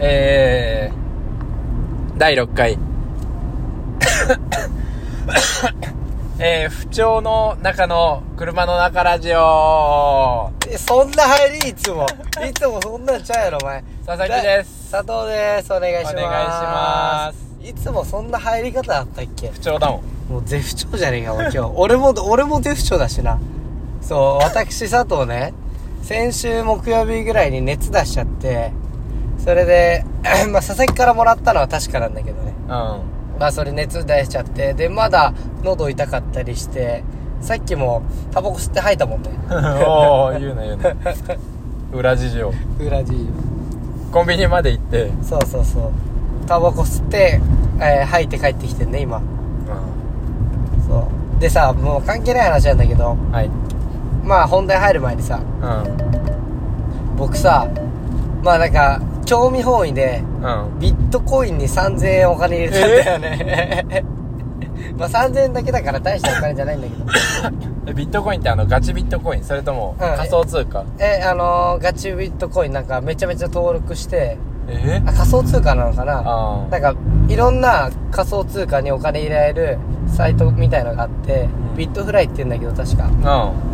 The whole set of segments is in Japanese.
えー、第6回。 えー、不調の中の車の中ラジオえそんな入り いつもいつもそんなんちゃうやろお前佐々木ですだ佐藤ですお願いしまお願すいしますいつもそんな入り方あったっけ不調だもん。もう絶不調じゃねえかもう今日 俺も俺も絶不調だしなそう私佐藤ね先週木曜日ぐらいに熱出しちゃってそれで、 まあ、佐々木からもらったのは確かなんだけどねうまあそれ熱出しちゃってでまだ喉痛かったりしてさっきもタバコ吸って吐いたもんねん。 おー、言うな言うな。裏事情。裏事情コンビニまで行って、そうそうそうタバコ吸って、えー吐いて帰ってきてんね今うそうでさもう関係ない話なんだけどん。はい。まあ本題入る前にさう僕さまあなんか興味本位でん。うん。ビットコインに3000円お金入れたんだよね、 まあ3000円だけだから大したお金じゃないんだけどえビットコインってあのガチビットコインそれともん仮想通貨、えあのーガチビットコインなんかめちゃめちゃ登録してえあ仮想通貨なのかなあーなんかいろんな仮想通貨にお金入れられるサイトみたいのがあって、んビットフライって言うんだけど確かう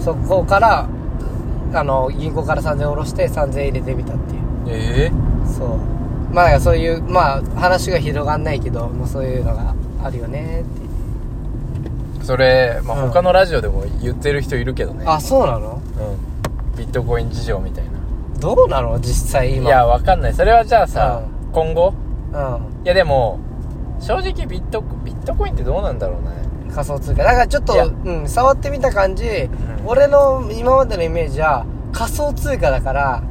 そこからあの銀行から3000円下ろして3000円入れてみたっていうんええそうまあなんかそういうまあ話が広がんないけどもうそういうのがあるよねっていうそれ、まあ、うん他のラジオでも言ってる人いるけどねあそうなうのんビットコイン事情みたいなどうなの実際今いやわかんないそれはじゃあさ、う今後ういやでも正直ビットビットコインってどうなんだろうねん仮想通貨だからちょっいやと、うん、触ってみた感じ、ん俺の今までのイメージは仮想通貨だから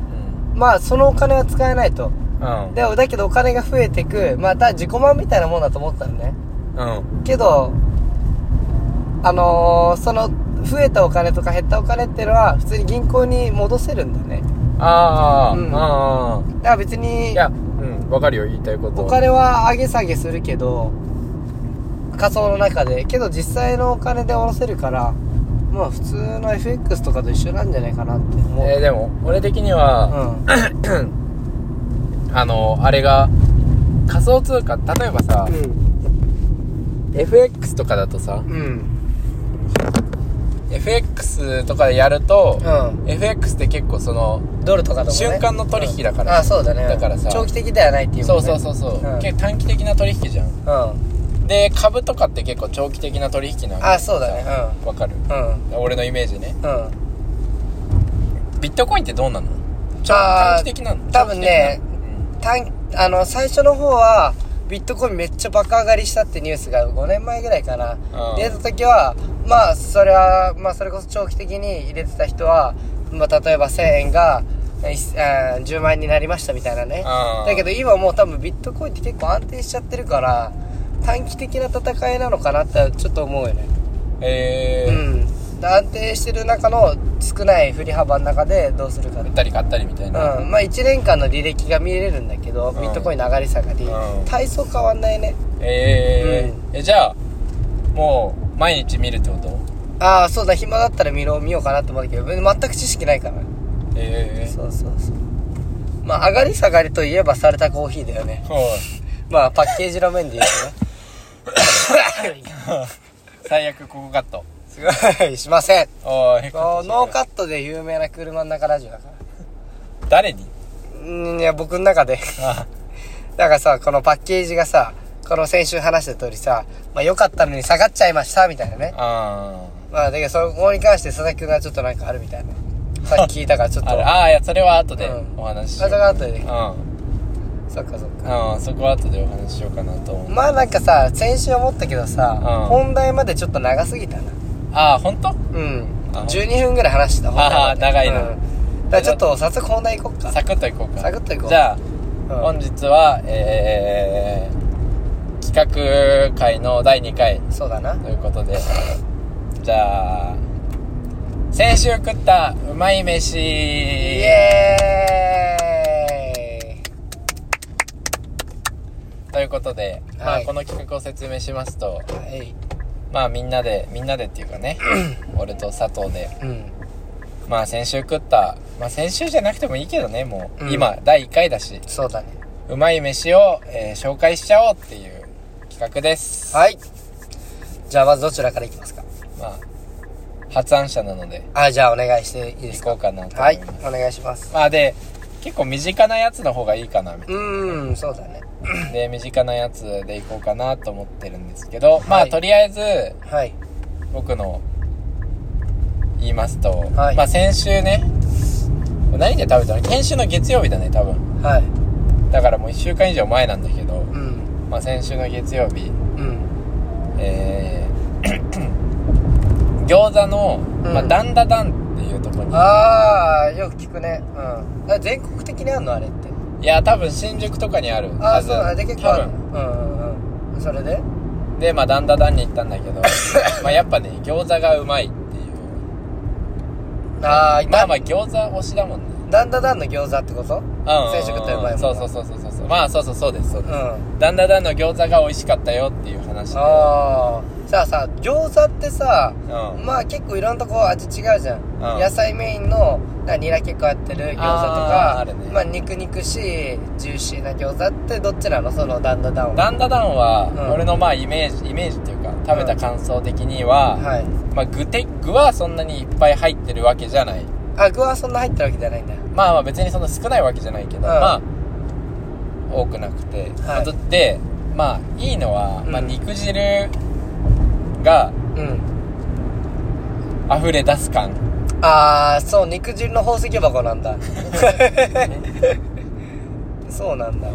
うんまあそのお金は使えないとうんでだけどお金が増えてくまた自己満みたいなもんだと思ったのねうんけどあのーその増えたお金とか減ったお金ってのは普通に銀行に戻せるんだねああ、うんあだから別あいにやうんわかるよ言いたいことお金は上げ下げするけど仮想の中でけど実際のお金で下ろせるからまあ普通の FX とかと一緒なんじゃないかなって思う、えーでも俺的には、うんあのあれが仮想通貨例えばさ、FX とかだとさうんうん FX とかでやると、う FX って結構そのんドルとかとか、ね、瞬間の取引だからうんあそうだねだからさ長期的ではないっていうそもんうねそうそうそう、うん結構短期的な取引じゃんうで株とかって結構長期的な取引なんんあそうだねわかるうんうん俺のイメージねうんビットコインってどうなの超あー短期的なの多分ね長期的なの単あの最初の方はビットコインめっちゃ爆上がりしたってニュースが5年前ぐらいかな、うん出た時はまあそれはまあそれこそ長期的に入れてた人は、まあ、例えば1000円がえーいすあー10万円になりましたみたいなねあーだけど今もう多分ビットコインって結構安定しちゃってるから短期的な戦いなのかなってちょっと思うよねうんえうーんで安定してる中の少ない振り幅の中でどうするかって売ったり買ったりみたいな、うん、まあ1年間の履歴が見れるんだけど、んビットコインの上がり下がり、うん体操変わんないねえーえじゃあもう毎日見るってことああそうだ暇だったら見ろ見ようかなと思うけど全く知識ないから、ええそうそうそうまあ上がり下がりといえばされたコーヒーだよねはいまあパッケージの面で言う 最悪ここカットとねすごいしませんおいそうノーカットで有名な車の中ラジオだから誰にうんいや僕の中であだからさこのパッケージがさこの先週話した通りさ、まあ、良かったのに下がっちゃいましたみたいなねあまあ、だけど、そこに関して佐々木くんがちょっとなんかあるみたいな。さっき聞いたからちょっー と。あるあーいやそれは後でうんお話ししあよれうがあったよね。うそっかそっか。んうんそこは後でお話ししようかなと思うまあなんかさ、先週思ったけどうさ、ん本題までちょっと長すぎたな。ああ本当うん。あ12分ぐらい話してた、本題まであー長いなうんだからちょっと早速本題行こっか。サクッといこうかサクッといこうじゃあ、うん本日はえー、企画会の第2回そうだな。ということでじゃあ先週食ったうまい飯イエーイということで、まはあ、いこの企画を説明しますとはい。まあみんなでみんなでっていうか ね俺と佐藤でうん。まあ先週食ったまあ先週じゃなくてもいいけどねもう、うん今第1回だしそうだね。うまい飯を、えー紹介しちゃおうっていう企画です。はい。じゃあまずどちらからいきますかまあ、発案者なので、あ、じゃあお願いしていいです行かこうかなと思はいいます。。お願いします。まあで、結構身近なやつの方がいいかな、みたいうなーん、そうだね。で、身近なやつで行こうかなと思ってるんですけど、まはあいとりあえず、はい。僕の言いますと、はいまあ先週ね何で食べたの先週の月曜日だね多分はい。だからもう1週間以上前なんだけどう、ん。まあ、先週の月曜日うん。えー餃子の、まあ、うんダンダダンっていうところに、あー、よく聞くね。うん。あ全国的にあんのあれって。いや多分新宿とかにあるあはー、ずそうだね。で、結構ある。うんうんうん。それで多分でまあダンダダンに行ったんだけ どまあやっぱね餃子がうまいっていうあー、いまあたまあ餃子推しだもんねだんだだんの餃子ってことうん先食ったうまいもんなそうそうそうそうそうまあそうそうそうですそうです、うん。だんだんだんの餃子が美味しかったよっていう話であー。さあさあ、餃子ってさ、うんまあ結構いろんなとこ味違うじゃん、うん野菜メインのなニラ結構やってる餃子とあーあかるねまあ肉肉しいジューシーな餃子ってどっちなのそのだんだだんはダンダダンうんは俺のまあイメージイメージっていうか食べた感想的には、はいまあ、具て具はそんなにいっぱい入ってるわけじゃないあ具はそんな入ってるわけじゃないんだまあまあ別にそんな少ないわけじゃないけど、うんまあ多くなくて、はいあとでまあいいのは、まあ、うん肉汁がうん溢れ出す感ああそう肉汁の宝石箱なんだ そうなんだ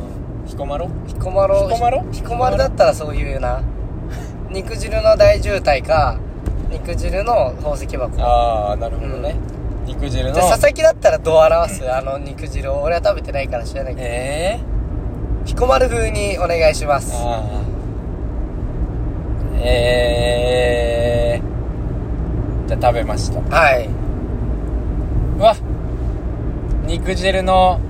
彦摩呂彦摩呂彦摩呂彦摩呂だったらそういうな肉汁の大渋滞か肉汁の宝石箱ああなるほどね、肉汁のじゃあ佐々木だったらどう表すあの肉汁を俺は食べてないから知らないけどええ彦摩呂風にお願いしますああえー、じゃあ食べましたはいうわ肉汁の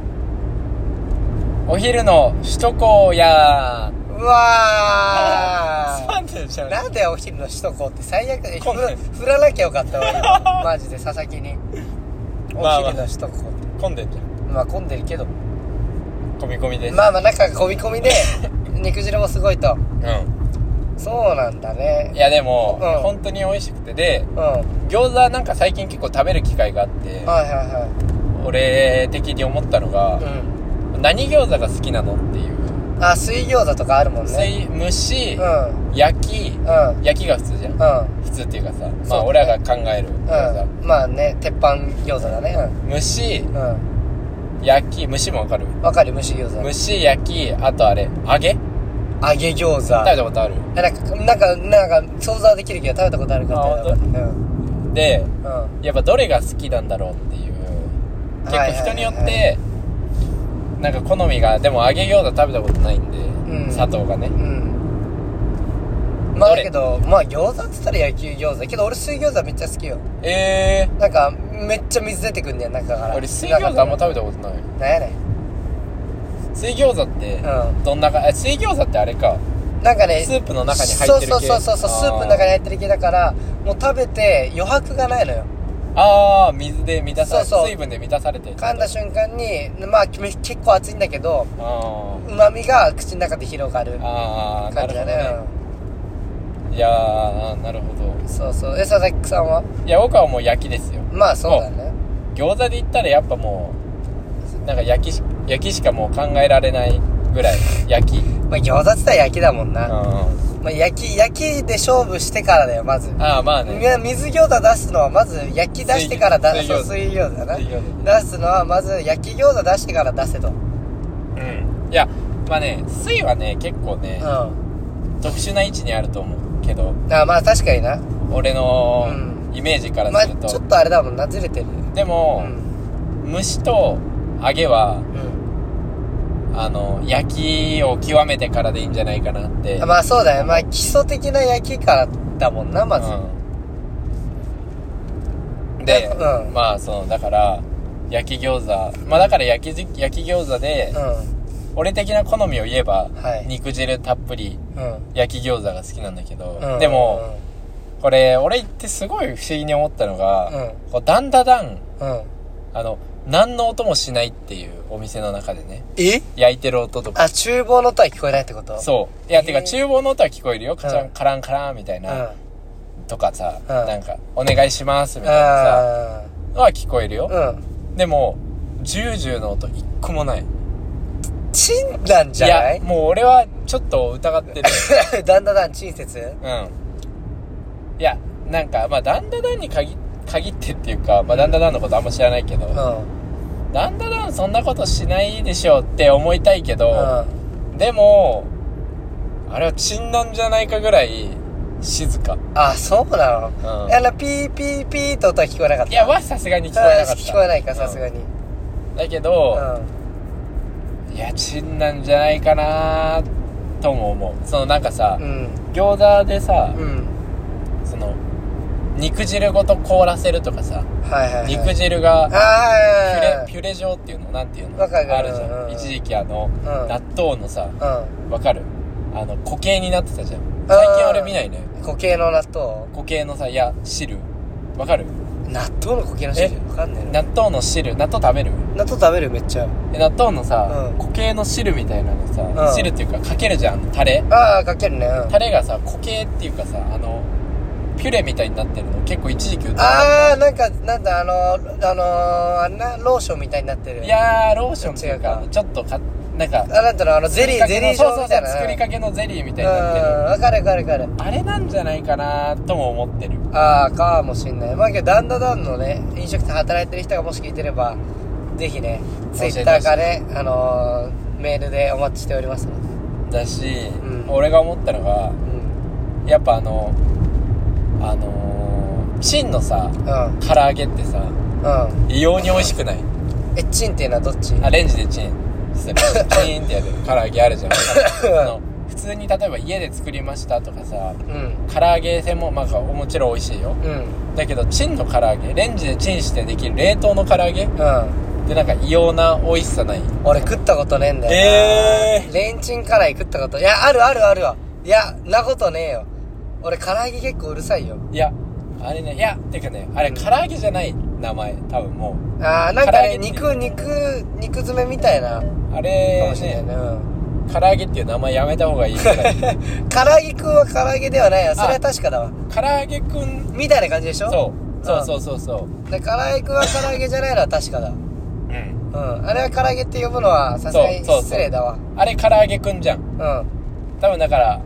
お昼の首都高やうわ んてじゃーななんでお昼の首都高って最悪でこんな振らなきゃよかった わ今マジで佐々木にまあまあお昼の首都高って混んでんじゃんまあ混んでるけど込み込みです、まあまあ中が込み込 みで肉汁もすごいとそうなんだうんいねやでも、うん本当に美味しくてでうんはい餃子なんか最近結構食べる機会があってはいは俺的に思ったのいが、う何餃子が好きなのっていうんあ水餃子とかあるもんね水蒸し、うんうん焼きうん焼きが普通じゃんう普通っていうかさ、まそうあね俺らが考える餃んまあね鉄板餃子だね子蒸しうんうん焼き蒸しもわかるわかる蒸し餃子蒸し焼きあとあれ揚げ食揚げ餃子べたことあるえなんかなんかなんか想像はできるけど食べたことあるからあ食べたこでとないうんやっぱどれが好きなんだろうっていう結はいはいはい構人によってなんか好みがでも揚げ餃子食べたことないんで、ん砂糖がねうんまあどだれけどまあ餃子っつったら野球餃子だけど俺水餃子めっちゃ好きよえなんかめっちゃ水出てくんねん中かー、ら俺水餃子あんまた食べたことないなんやねん水餃子ってうどんなかえ水餃子ってあれかなんかねスープの中に入ってる系そうそうそうそうあースープの中に入ってる系だからもう食べて余白がないのよああ水で満たされそうそう水分で満たされてる噛んだ瞬間にまあめ結構熱いんだけどあーうまみが口の中で広がるあーな感るじほだどねねいやーあーなるほどうんそうそうえ佐々木さんはいや僕はもう焼きですよまあそうだね餃子で言ったらやっぱもうなんか焼きし焼きしかもう考えられないぐらい焼きうんまあ餃子ってったら焼きだもんな、あまあ、焼き焼きで勝負してからだよまず、あまあいねや水餃子出すのはまず焼き出してから出水せ餃そ子う水餃子だな水餃出すのはまず焼き餃子出してから出せとうんうんいやまあね水はね結構ね、あ特殊な位置にあると思うけどまあ確かにな俺のうイメージからまあすると、ちょっとあれだもんなずれてるでうも、ん蒸しと揚げはうんあの焼きを極めてからでいいんじゃないかなってあまあそうだよまあ基礎的な焼きからだもんなまず、うんで、うんまあそのだから焼き餃子まあだから焼きじ焼き餃子で、う俺的な好みを言えば、はい肉汁たっぷりんうん焼き餃子が好きなんだけど、うんでも、これ俺ってすごい不思議に思ったのが、うこうだんだだんうんうんあの何の音もしないっていうお店の中でねえ焼いてる音とかあ、厨房の音は聞こえないってことう。そういや、えーてか厨房の音は聞こえるよカチャン、うんカランカランみたいうん。な、とかさ、んなんかお願いしますみたいなさあのは聞こえるよ、ー。うん。でもジュージューの音一個もないチンなんじゃないいやもう俺はちょっと疑って るだんだんだん親切うんいやなんかまあダンダダンに限限ってっていうか、まあ、ダンダダンのことあんま知らないけど、うん。うん。ダンダダンそんなことしないでしょって思いたいけど、あでもあれはチンなんじゃないかぐらい静か、そうなの、うん、あの、ピーピーピーって音は聞こえなかった。いやはさすがに聞こえなかあっーた聞こえないか、さすがに。だけうど、ん。いやチンなんじゃないかなとも思うそのなんかさ、うん。餃子でさ、うん。その肉汁ごと凍らせるとかさ、はいはい、はい。肉汁がピュレああ、ピュレ状っていうのなんていうのわかるあるじうんゃうんん一時期あの、ん納豆のさうわかるあの固形になってたじゃん最近俺見ないねん。固形の納豆固形のさいや汁わかる納豆の固形の汁わかんないな。納豆の汁納豆食べる納豆食べるめっちゃ。え納豆のさ、うん固形の汁みたいなのさ、うん汁っていうかかけるじゃんタレああ、かけるね。うんタレがさ固形っていうかさあのピュレみたいになってるの結構一時期売ってたああ、なんか、なんだ、あのー、あのー、あんな、ローションみたいになってる。い、やーローションっていう違うかかちょっとかなんかあ、なんだろう、あの、ゼリー、作りかけゼリのー状みたいそうそうな。そう作りかけのゼリーみたいにうん、なってるわかるわかるわかる。あれなんじゃないかなとも思ってる。ああ、かもしんない。まあけど、だんだんだんのね、飲食店働いてる人がもし聞いてれば、ぜひね、ツ教イえてほしいッターかね、あのー、メールでお待ちしておりますので。だし、うん俺が思ったのが、うん。やっぱあの、あのー、チンのさ、うん。唐揚げってさ、うん。異様に美味しくないえ、チンっていうのはどっちあ、レンジでチンする。チンってやる 唐揚げあるじゃん。あの普通に例えば家で作りましたとかさ、うん。唐揚げ専門、まあもちろん美味しいよ。うん。だけど、チンの唐揚げ、レンジでチンしてできる冷凍の唐揚げっうん。てなんか異様な美味しさない俺食ったことねえんだよな。えーレンチンカラー食ったこと。いや、あるあるあるわ。いや、なことねえよ。俺、唐揚げ結構うるさいよ。いや、あれね、いや、てかね、あれ、うん唐揚げじゃない名前、多分もあー、なんか唐揚げね、って肉、肉、肉詰めみたいな、かう。あもれしれなね、いね。うん。唐揚げっていう名前やめた方がいいぐらい。 唐揚げくんは唐揚げではないよ。それは確かだわ。唐揚げくん、みたいな感じでしょそう、そうそうそうそう。う。で、唐揚げくんは唐揚げじゃないのは確かだ。うん。うん。あれは唐揚げって呼ぶのは、さすがそにうそうそう失礼だわ。あれ、唐揚げくんじゃん。多分だから、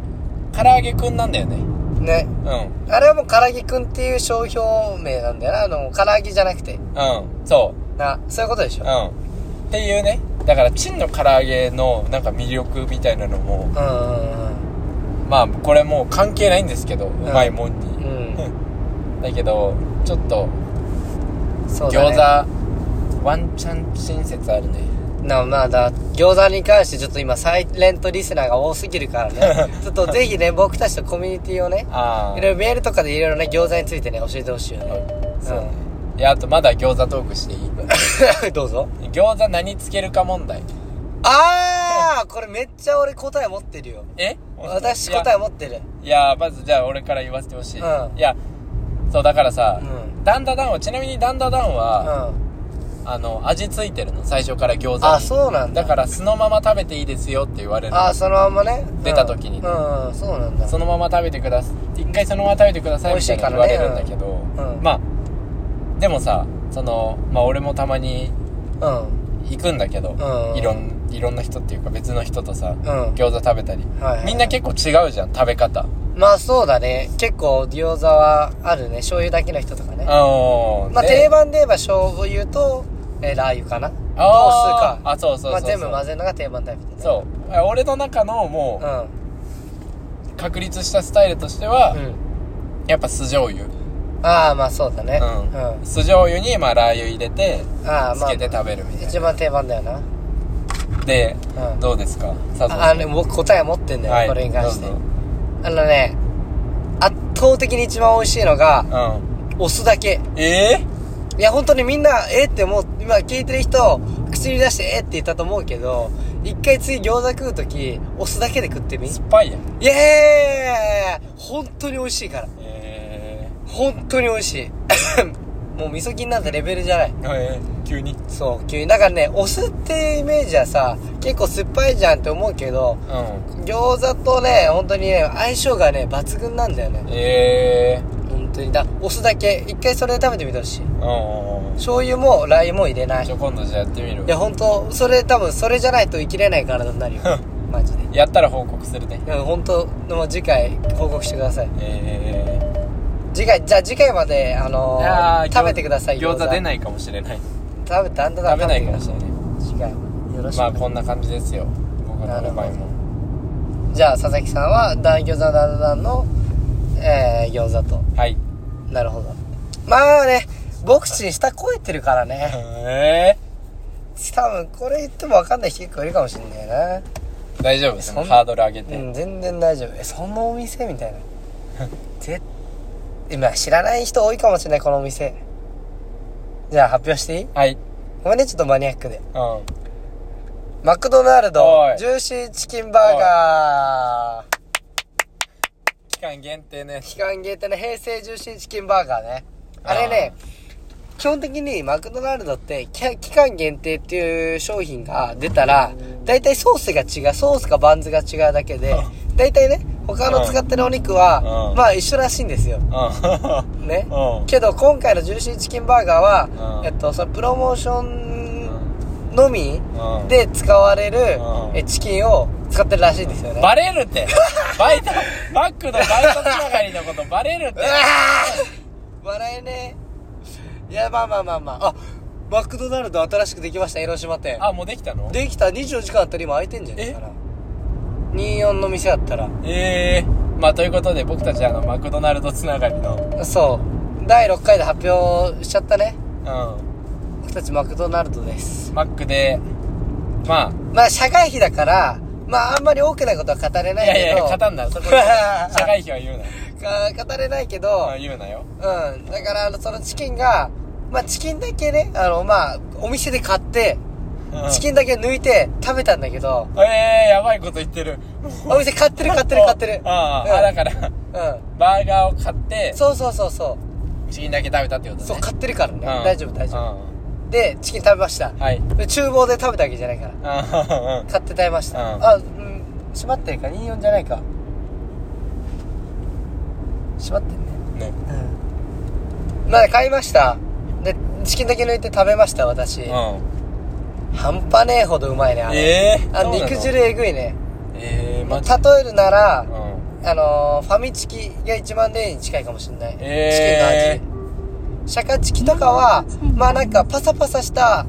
唐揚げくんなんだよね。うん。ね。うん。あれはもう唐揚げくんっていう商標名なんだよな。あの、唐揚げじゃなくて。うん。そう。な、そういうことでしうょ。ん。っていうね。だから、チンの唐揚げの、なんか魅力みたいなのも、うんうんまあ、これもう関係ないんですけど、うんまいもんに。うん。うん。だけど、ちょっと、そうだね。餃子ワンチャン親切あるねなまあだ餃子に関してちょっと今サイレントリスナーが多すぎ るからねちょっとぜひね僕たちとコミュニティをねあいろいろメールとかでいろいろね餃子についてね教えてほ しいよねそうねいやあとまだ餃子トークしていいどうぞ餃子何つけるか問題ああこれめっちゃ俺答え持ってるよえ私答ええ持ってるいやまずじゃあ俺から言わせてほしい、うんいやそうだからさ、うんダンダダンはちなみにダンダダンうは、んあの味ついてるの最初から餃子にあそうなんだだから素のまま食べていいですよって言われるのあーそのまんまね出た時にうんうんうんそうなんだそのまま食べてください一回そのまま食べてくださいみたいな言われるんだけど、美味しいからねうんうんまあでもさそのまあ俺もたまにうん行くんだけど、うんいろんいろんな人っていうか別の人とさ、うん餃子食べたり、はいはいみんな結構違うじゃん食べ方まあそうだね結構餃子はあるね醤油だけの人とかねあまあ定番で言えば醤油と、えーラー油かなあーとお酢かあそうそうそうそうまあ、全部混ぜるのが定番タイプでねそう俺の中のもうう確立したスタイルとしては、ん、うん、やっぱ酢醤油ああまあそうだねうんあ酢醤油にまあラー油入れてあーつまあけて食べるみたい一番定番だよななで、うんどうですか佐藤ああの僕答え持ってんだよ、はいこれに関してどうぞあのね圧倒的に一番美味しいのうがんお酢だけええいや本当にみんなえーってもう今聞いてる人口に出してえーって言ったと思うけど一回次餃子食う時お酢だけで食ってみ酸っぱいやんイエーイ本当に美味しいからえ本当に美味しい もうもう味噌菌なんてレベルじゃないえー、急にそう急にだからねお酢ってイメージはさ結構酸っぱいじゃんって思うけどうん餃子とね本当にね相性がね抜群なんだよねええ本当にだお酢だけ一回それ食べてみてほしいー、うんうんうん醤油もラー油も入れないちょ今度じゃあやってみるいや本当それ多分それじゃないと生きれない体になるよマジでやったら報告するねいや本当もう次回報告してくださいええ次回じゃあ次回まであのー、ーー餃食べてください餃子出いないかもしれない食べてあんた食べないかもしれない次回よろしく、まあこんな感じですよ僕のアルバイなるもじゃあ佐々木さんは大餃子だんだんの、えー、餃子とはいなるほどまあねボクシン下超えてるからねええ多分これ言っても分かんない人結構いるかもしんないなー、大丈夫そそんのハードル上げて、うん全然大丈夫えそのお店みたいな ぜ今知らない人多いかもしれないこのお店じゃあ発表していいはいごめんねちょっとマニアックでうんマクドナルおドいジューシーチキンバーガー期間限定ね期間限定の平成ジューシーチキンバーガーねあれね基本的にマクドナルドってき期間限定っていう商品が出たら大体ソースが違うソースかバンズが違うだけで大体ね他の使ってるお肉は、うんまあ一緒らしいんですようね、んうんけど今回のジューシーチキンバーガーは、うんえっとそのプロモーションのみうんで使われる、うんえチキンを使ってるらしいんですよね、バレるってバイトマックのバイトつながりのことバレるってうわー笑えねえいやまあまあまあまああマクドナルド新しくできました広島店あもうできたのできた24時間あったら今空いてんじゃないかな24の店あったらええー、まあということで僕たちあのマクドナルドつながりのそう第6回で発表しちゃったねうん僕たちマクドナルドですマックでまあまあ社会費だからまああんまり多くないことは語れないいけどやいやいや語んなそ こ社会費は言うなよか語れないけど、うん言うなようんだからあのそのチキンがまあチキンだけねあのまあお店で買ってチキンンだけ抜いて食べたんだけど、ええー、やばいこと言ってるお店買ってる買ってる買ってるああ,、あだかららうんバーガーを買ってそうそうそうそチキンだけ食べたってことねうそう買ってるからね、ん大丈夫大丈う夫でチキン食べましたんはいで厨房で食べたわけじゃないからうん買って食べました、うんあうん閉まってるか24じゃないか閉まってるねねうんまあ買いましたでチキンだけ抜いて食べました私、うん半端ねえほどうまいねあれ、ええー、あそうなの肉汁えぐいねええー、例マジでえるならう、んあのー、ファミチキが一番例に近いかもしれない、えーチキンの味シャカチキとかはまあなんかパサパサした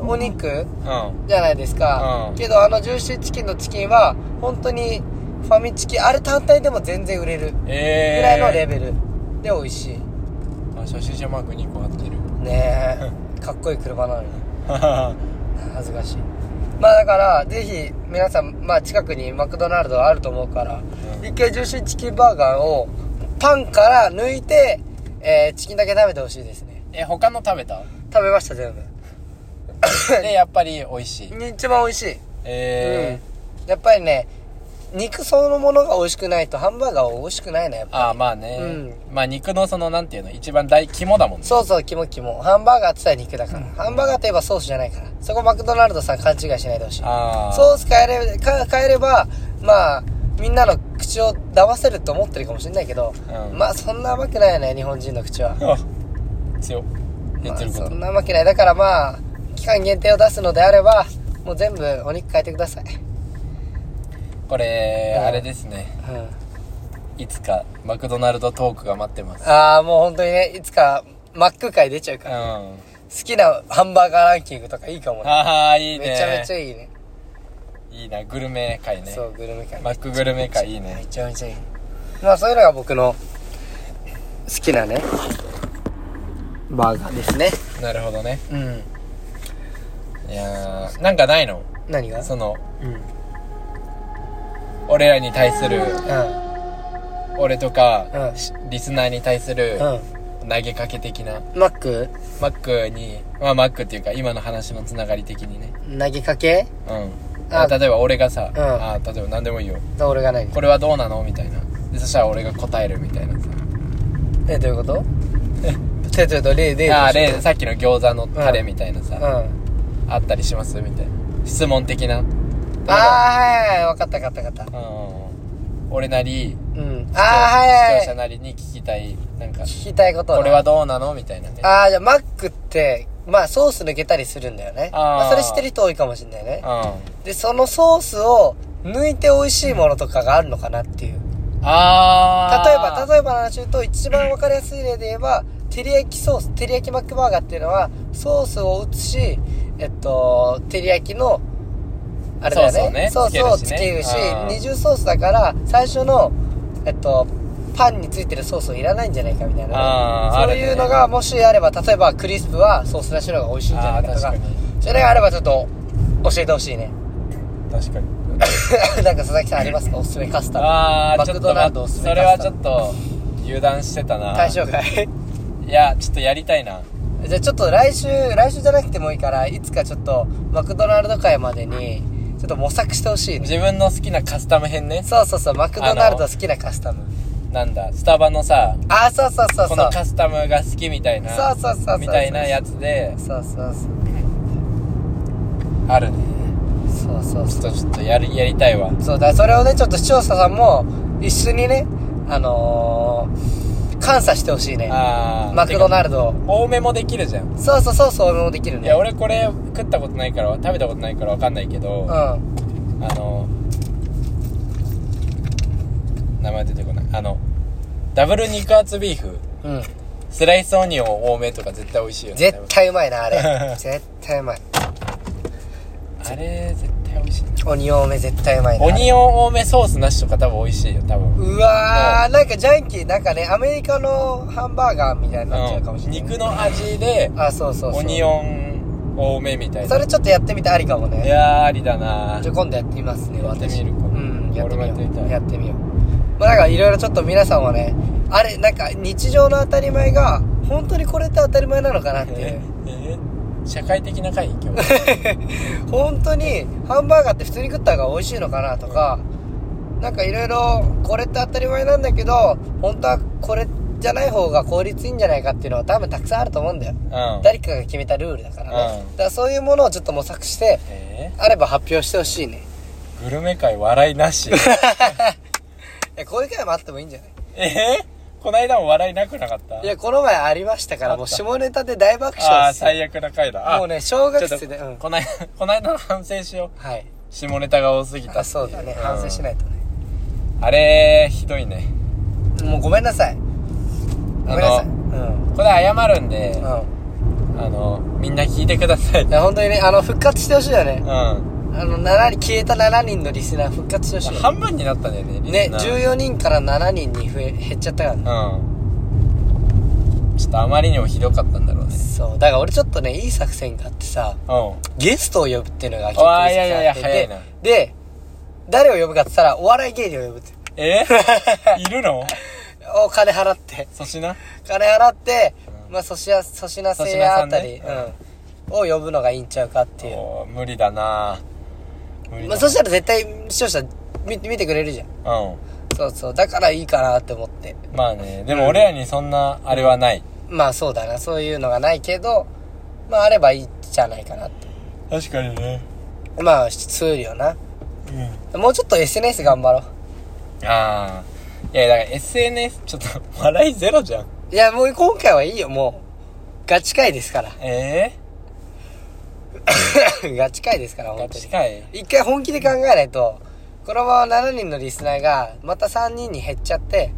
おお肉肉うんじゃないですか、うんけどあのジューシーチキンのチキンは本当にファミチキあれ単体でも全然売れるぐええー、らいのレベルで美味しいあ初心者マーク2個合 ってるね えかっこいい車なのに恥ずかしいまあだからぜひ皆さん、まあ、近くにマクドナルドあると思うから、うん一回ジューシーチキンバーガーをパンから抜いて、えーチキンだけ食べてほしいですねえ他の食べた食べました全部でやっぱり美味しい一番美味しい、ええうん、やっぱりね肉そのものが美味しくないとハンバーガーは美味しくないねやー、っあぱあまあね、うまあ肉のそのなんていうの一番大肝だもんねそうそうキモキモハンバーガーって言ったら肉だから、ハンバーガーといえばソースじゃないからそこマクドナルドさん勘違いしないでほしいああソース変えれか変えればまあみんなの口を騙せると思ってるかもしれないけど、うんまあそんな甘くないよね日本人の口は、あ強言まあってること、そんな甘くないだからまあ期間限定を出すのであればもう全部お肉変えてください、これ、うんあれですねうん、いつかマクドナルドトークが待ってますああもう本当にねいつかマック界出ちゃううかんら、好あきなハンバーガーランキングとかいいかもねあーいいねめちゃめちゃいいねいいなグルメ会ねそうグルメ界マックグルメ会いいめねちゃめちゃいいまあそういうのが僕の好きなねバーガーですねなるほどねうんいやーなんかないの何がそのうんうん俺らに対する俺とか、うんしリスナーに対するう投げかけ的な、んマックマックにまあマックっていうか今の話のつながり的にね投げかけうんああ例えば俺がさ、うんあ例えば何でもいいよど俺が何これはどうなのみたいなでそしたら俺が答えるみたいなさえどういうことちょちょと例でああ例さっきの餃子のタレみたいなうさ、んああったりしますみたいな質問的なあーはいはい分かった分かった分かっうん俺なりたうんああはいはい視聴者なりに聞きたいなんか聞きたいことこれはどうなのみたいなねああじゃあマックってまあソース抜けたりするんだよねあーまあ、それ知ってる人多いかもしれないねあでそのソースを抜いて美味しいものとかがあるのかなっていうあ例えばえ例えばの話で言うと一番分かりやすい例で言えば照り焼きソース照り焼きマックバーガーっていうのはソースを打つしえっと照り焼きのあれだよねソースをねソースをつつけけるるししねあー二重ソースだから最初のえっとパンについてるソースをいらないんじゃないかみたいなあーねそういあうるねのがもしあれば例えばクリスプはソースなしの方が美味しいんじゃないかとあかー確かそれがあればちょっと教えてほしいね ば確かになんか佐々木さんありますかおすすめカスタムあマあちょクっドとナルドお待すっすてそめれカはちスタょムっと油断してたな対象外いやちょっとやりたいなじゃあちょっと来週来週じゃなくてもいいからいつかちょっとマクドナルド会までにちょっと模索してほしいね自分の好きなカスタム編ねそうそうそうマクドナルド好きなカスタムなんだスタバのさああそうそうそうこそうのカスタムが好きみたいなそうそうそうそうみたいなやつでそうそうあるねそうそうそちょっうそうとちょっとやるやりたいわそうだからそれをねちょっと視聴者さんも一緒にねあのー、感謝してほしいねああマクドナルドを多めもできるじゃんそうそうそうそうもできるいねや俺これ食ったことないから食べたことないからわかんないけど、うあんの名前出てこないあのダブル肉厚ビーフうんスライスオニオン多めとか絶対美味しいよね絶対うまいな あれ絶対うまいあれ絶対美味しいなオニオンめ絶対うまいなあオれニオン多めソースなしとか多分美味しいよ多分うわー、なんかジャンキーなんかねアメリカのハンバーガーみたいになっちゃうかもしれない、肉の味であそうそうそうオニオン多めみたいなそれちょっとやってみてありかもいねやーありだなじゃあ今度やってみますねやってみ私るかうんやってみよ俺もやってみたういやってみようまあなんかいろいろちょっと皆さんはねあれなんか日常の当たり前が本当にこれって当たり前なのかなっていうええ社会的な会議今日本当にハンバーガーって普通に食った方が美味しいのかなとか、なんかいろいろこれって当たり前なんだけど本当はこれじゃない方が効率いいんじゃないかっていうのは多分たくさんあると思うんだよ、うん誰かが決めたルールだからね、うんだからそういうものをちょっと模索してえあれば発表してほしいねーグルメ会笑いな しいやこういう回もあってもいいんじゃないええこないだも笑いなくなかったいやこの前ありましたからもう下ネタで大爆あ笑あですよ最悪な回だあもうね小学ちょっ生とでうんこないこないだの反省しようはい下ネタが多すぎたっていあそうだねん反省しないとねあれひどいねもうごめんなさいごめんなさいうんこれ謝るんで、うんあのみんな聞いてくださいういんや本当にねあの復活してほしいよねまあの7人消えた7人のリスナー復活してほしあいよ半分になったんだよねねリスナー14人から7人に増え減っちゃったからねうんちょっとあまりにもひどかったんだろうねそうだから俺ちょっとねいい作戦があってさうゲストを呼ぶっていうのが結うわ構ーいやいやいや作戦あって早いなで誰を呼ぶかって言ったらお笑い芸人を呼ぶってんえ いるのお金払って 粗品金払って、うんまあ粗品粗品粗製品屋さあんたねり、うんを呼ぶのがいいんちゃうかっていう、おー無理だな無理まだあ、そしたら絶対視聴者見見てくれるじゃんうそうそうだからいいかなって思ってんまあねでも俺らにそんなあれはないまあそうだなそういうのがないけどまああればいいじゃないかなって確かにねまあ通よなうんもうちょっと SNS 頑張ろああいやだから SNS ちょっと 笑いゼロじゃんういやもう今回はいいよもうガチ会ですから ええガチ会ですからガ本当チに会一回本気で考えないとこのまま7人のリスナーがまた3人に減っちゃって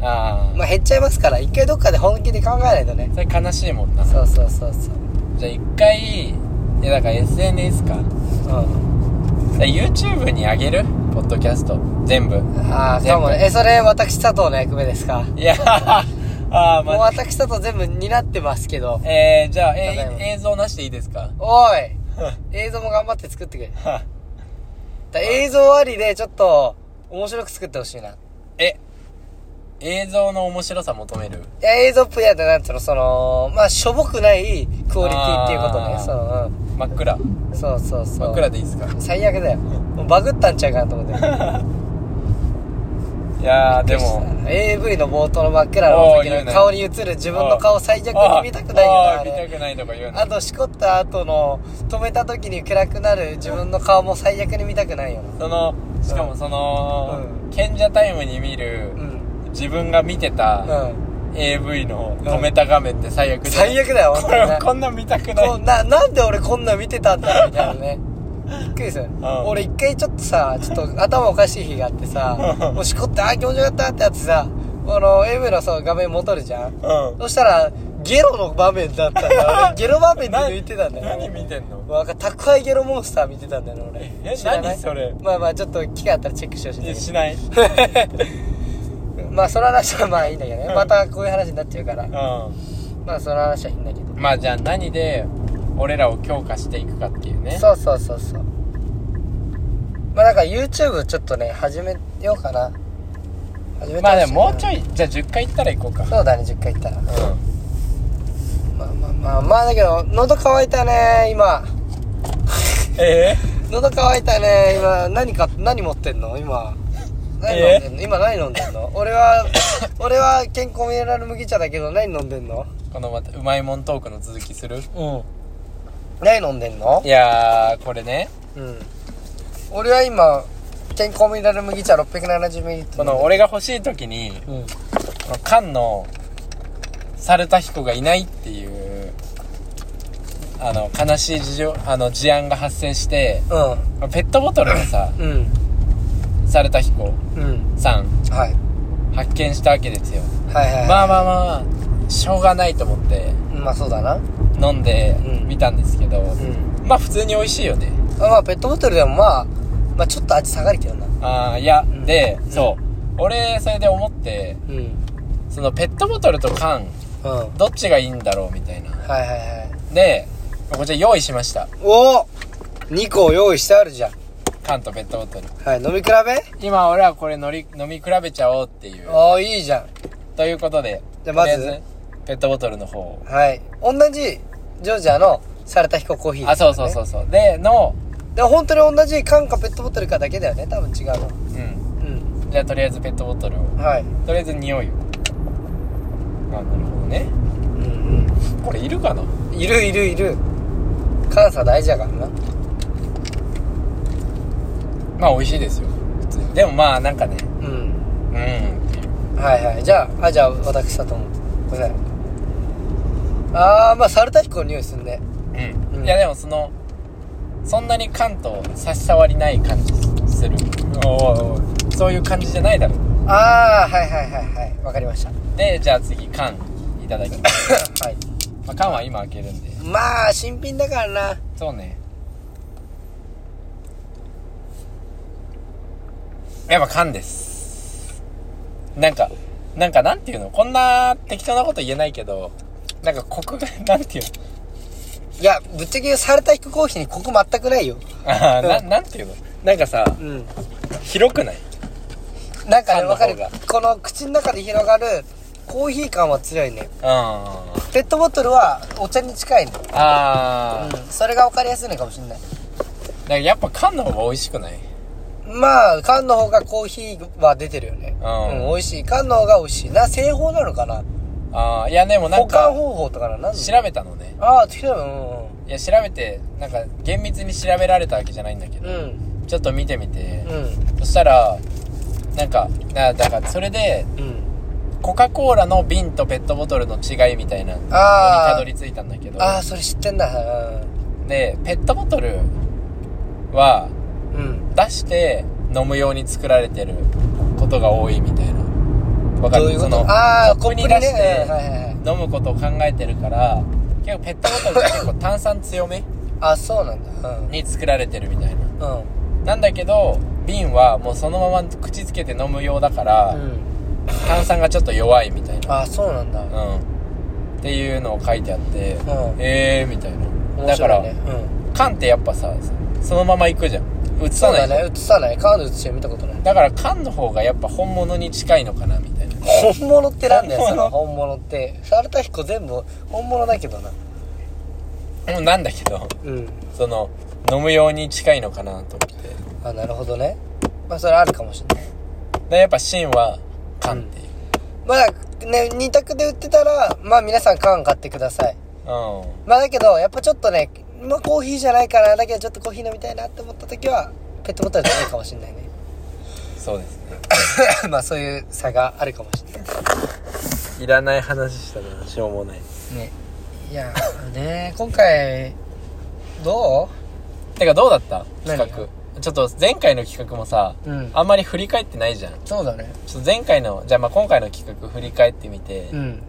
ああまあ減っちゃいますから一回どっかで本気で考えないとねそれ悲しいもんなそうそうそうそうじゃあ一回いやだから SNS かうんだから YouTube にあげるポッドキャスト全部ああ全か部もねえそれ私佐藤の役目ですかいや ああもうまあ私佐藤全部担ってますけどえー、じゃあ、ただいまえ映像なしでいいですか おい映像も頑張って作ってくれはだ映像ありでちょっと面白く作ってほしいないえ映像の面白さ求めるや映像っぽいやったなんつうのそのまあしょぼくないクオリティっていうことねあーその、真っ暗うん、そうそ真うそっ暗うでいいですか最悪だよもうバグったんちゃうかなと思ってえいやーでも AV の冒頭の真っ暗なおー時言うのね顔に映る自分の顔最悪に見たくないよあなああ見たれくないとか言うあなとしこった後の止めた時に暗くなる自分の顔も最悪に見たくないよなそのしかもその、うん賢者タイムに見るうん自分が見てたうん AV の止めた画面って最悪だよ最悪だよこ本れ当こにんな見たくないねこうななんで俺こんなん見てたんだろうみたいなねびっくりする、ん俺一回ちょっとさちょっと頭おかしい日があってさもうしこってあー気持ちよかったってやつさこの AV のさ画面戻るじゃんうんそしたら、ゲロの場面だったんだよ。俺ゲロ場面で抜いてたんだよ。 何見てんのなんか宅配ゲロモンスター見てたんだよね、俺。え知らな何いそれまあまあ、ちょっと機会あったらチェックしてほしいんいだやけしないど。まあ、その話はまあいいんだけどね。またこういう話になってるからう。んまあ、その話はいいんだけど。まあじゃあ何で俺らを強化していくかっていうねそうそうそうそう。まあ、だから YouTube ちょっとね、始めようかな。始めてほしいなまあでももうちょいじゃあ10回行ったら行こうかそうだね、10回行ったら。うまあまあまあ、まあだけど、喉乾いたね、今。んえ喉乾いたね今何か何持ってんの今何飲んでんの、今何飲んでんの俺は俺は健康ミネラル麦茶だけど何飲んでんのこのまたうまいもんトークの続きするうん何飲んでんのいやーこれねうん俺は今健康ミネラル麦茶 670ml この俺が欲しい時にうんこの缶の猿田彦がいないっていうあの悲しい事情あの事案が発生してペットボトルでさうんうん猿田彦うんさんはい発見したわけですよはいはいまあままあまあしょうがないと思ってあまあそうだな飲んでうんみたんですけど、うんまあ普通に美味しいよねあまあペットボトルでもまあまあちょっと味下がるけどなああいや、んで、うんそう俺それで思ってうんうんそのペットボトルと缶はいどっちがいいんだろうみたいなはいはいでこちら用意しましたおお2個用意してあるじゃん缶とペットボトルはい飲み比べ今俺はこれ乗り飲み比べちゃおうっていうああいいじゃんということでじゃあまずとりえペットボトルの方を、はい同じジョージアのサルタヒココーヒー、あそうそうそうそうでのうでも本当に同じ缶かペットボトルかだけだよね多分違ううのんうんじゃあとりあえずペットボトルをはいとりあえず匂いをあなるほどねうんこれいるかなうんいるいるいる缶差大事やからなまあ美味しいですよ普通にでもまあなんかねうんうんっていうはいはいじゃああじゃあ私だと思うごめんなさいあーまあサルタヒコの匂いすんねうん、うんいやでもそのそんなに缶と差し障りない感じするおいおいそういう感じじゃないだろああはいはいはいはいわかりました でじゃあ次缶いただきます、はいまあ、缶は今開けるんでまあ新品だからなそうねやっぱ缶ですなんかなんかなんていうのこんな適当なこと言えないけどなんかコクが なんていうのいやぶっちゃけサルタヒココーヒーにここ全くないよあーななんていうのなんかさうん広くないなんかね、缶の方わかるが。この口の中で広がるコーヒー感は強いね。あペットボトルはお茶に近いね。ーあーうん。それがわかりやすいのかもしれなない。んかやっぱ缶の方が美味しくないまあ、缶の方がコーヒーは出てるよね。うん美味しい。缶の方が美味しい。な、製法なのかなああいやでもなん保管か方法とかななん調べたのねああ、違うよ。いや調べてなんか厳密に調べられたわけじゃないんだけうど、んうん。ちょっと見てみてう、ん。そしたらなんかなだからそれでうん。うん。コカ・コーラの瓶とペットボトルの違いみたいなのにあーたどり着いたんだけどああ、それ知ってんだ。でペットボトルはうん。うん。出して飲むように作られてることが多いみたいなわかるどういうこそのとああ、ココッップにプに出ね。してうんはいはいはい。飲むことを考えてるから結構ペットボトルって結構炭酸強めあ、そうなんだ。うん。に作られてるみたいなうん。なんだけど瓶はもうそのまま口つけて飲む用だから、うん。炭酸がちょっと弱いみたいなああ、そうなんだ。うん。うんっていうのを書いてあって、うんええー、みたいな面だか白ら、いね。うん。缶ってやっぱさそのまま行くじゃん映そさうないだじゃんね映さないカード映して見たことないだから缶の方がやっぱ本物に近いのかなみたいな本物ってなんだよ本そ物の本物ってサルタヒコ全部本物だけどなうんなんだけど うんその飲む用に近いのかなと思ってあなるほどねまあそれあるかもしれないでやっぱ芯は缶っていうまあね2択で売ってたらまあ皆さん缶買ってくださいうん、まあだけどやっぱちょっとねまあコーヒーじゃないからだけどちょっとコーヒー飲みたいなって思った時はペットボトルじゃないかもしんないね そうですねまあそういう差があるかもしんないいらない話したらしょうもないねいやーね今回どてかどうだった何企が画ちょっと前回の企画もさううんあんまり振り返ってないじゃんそうだねちょっと前回のじゃあまあ今回の企画振り返ってみて、うん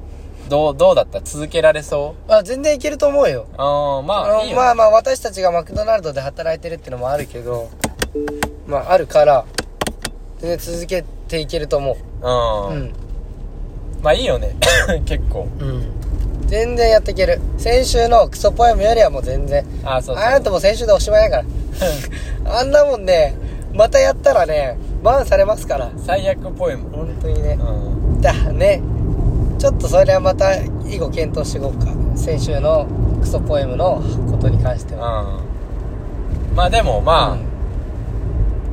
どうどうだった続けられそあ全然いけると思うようああまああのいいよ、まあまあ私たちがマクドナルドで働いてるってのもあるけどまああるから全然続けていけると思うう、うんんまあいいよね 結構うん全然やっていける先週のクソポエムよりはもう全然ああそうそうあなたもう先週でおしまいだからあんなもんねまたやったらねバンされますから最悪ポエム本当にねうんだねちょっとそれはまた以後検討していこうか先週のクソポエムのことに関してうんはまあでもま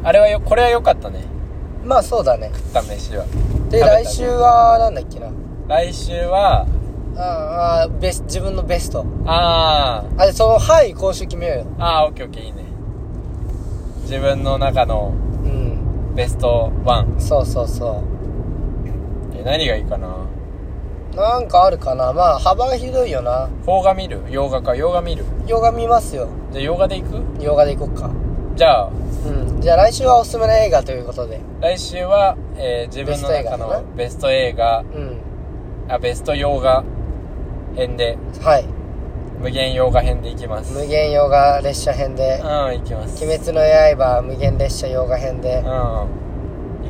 あ、あれはよこれは良かったねうんまあそうだね食った飯はで食べた来週はなんだっけな来週はあーあーベス自分のベストああでその範囲今週決めようよあああオッケーオッケーいいね自分の中のうんベストワンそうそうそえ何がいいかなうなんかあるかなまあ幅がひどいよな邦画見る洋画か洋画見る洋画見ますよじゃあ洋画で行く洋画でいこっかじゃあうんじゃあ来週はおすすめの映画ということで来週は、えー自分の中のベスト映画うんあベスト洋画編ではい無限洋画編でいきます無限洋画列車編でうんいきま「す鬼滅の刃」無限列車洋画編でうん行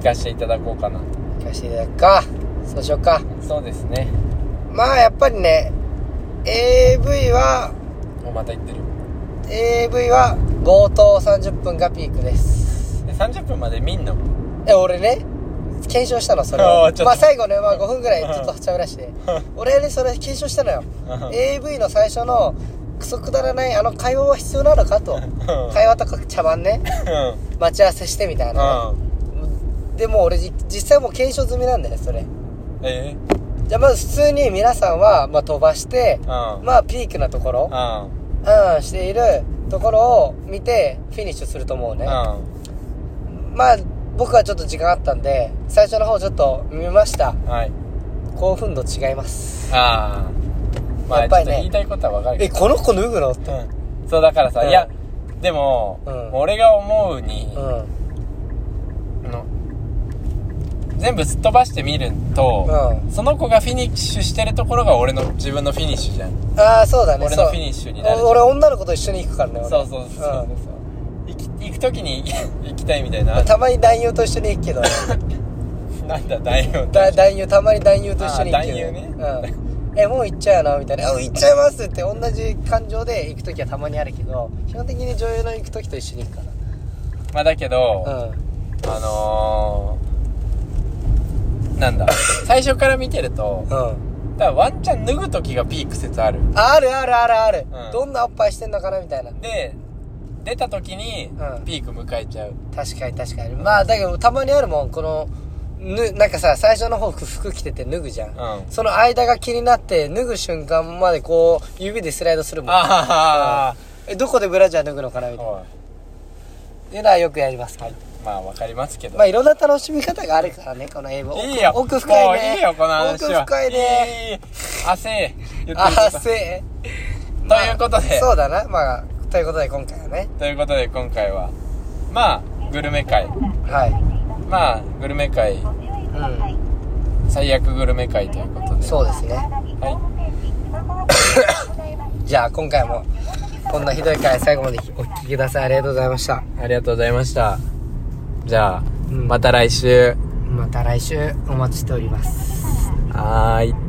かしていただこうかな行かせていただくかそうしようかそうですねまあやっぱりね AV はもうまた行ってる AV は強盗30分がピークですえ30分まで見んのえ俺ね検証したのそれあをあちょっとまあ最後ね、まあ、5分ぐらいちょっとはちゃぶらして俺ねそれ検証したのよ AV の最初のクソくだらないあの会話は必要なのかと会話とか茶番ねうん待ち合わせしてみたいな、うでも俺じ実際もう検証済みなんだよねそれんえじゃあまず普通に皆さんは、まあ、飛ばしてうんうんまあピークなところうんしているところを見てフィニッシュすると思うねうまあ僕はちょっと時間あったんで最初の方ちょっと見ましたんはい興奮度違いますああまやあっちぱょっりとね言いたいことはわかるけえこの子脱ぐのってどうんそうだからさうんいやでもうん俺が思うにうんうんあの全部すっ飛ばしてみるとその子がフィニッシュしてるところが俺の自分のフィニッシュじゃんああそうだね俺のそうフィニッシュになるじゃんお俺女の子と一緒に行くからね俺そうそうそうそうそう行き行く時に 行きたいみたいなたまに男優と一緒に行くけどなんだ大丈夫だ男優たまに男優と一緒に行くけどあー男優ねうん、 えもう行っちゃうのみたいな「あ行っちゃいます」って同じ感情で行く時はたまにあるけど基本的に女優の行く時と一緒に行くかまあだけどらうんあのーなんだ最初から見てるとうんだからワンチャン脱ぐ時がピーク説あるあるあるあるある、うんどんなおっぱいしてんのかなみたいなで出た時にうんピーク迎えちゃう、確かに確かにまあだけどたまにあるもんこのぬなんかさ最初の方服服着てて脱ぐじゃん、うんその間が気になって脱ぐ瞬間までこう指でスライドするもんあえどこでブラジャー脱ぐのかなみあたいはなっていうのはよくやりますけど、いまあわかりますけど、まあいろんな楽しみ方があるからねこの英語いいよ奥深いねもういいよこの話は奥深いねいい汗言ってることあせということで、そうだなまあということで今回はねということで今回はまあグルメ会はいまあグルメ会う最悪グルメ会ということんでそうですねじゃあ今回もこんなひどい回最後までお聞きくださいありがとうございましたありがとうございましたじゃあ、うんまた来週また来週お待ちしておりますはーい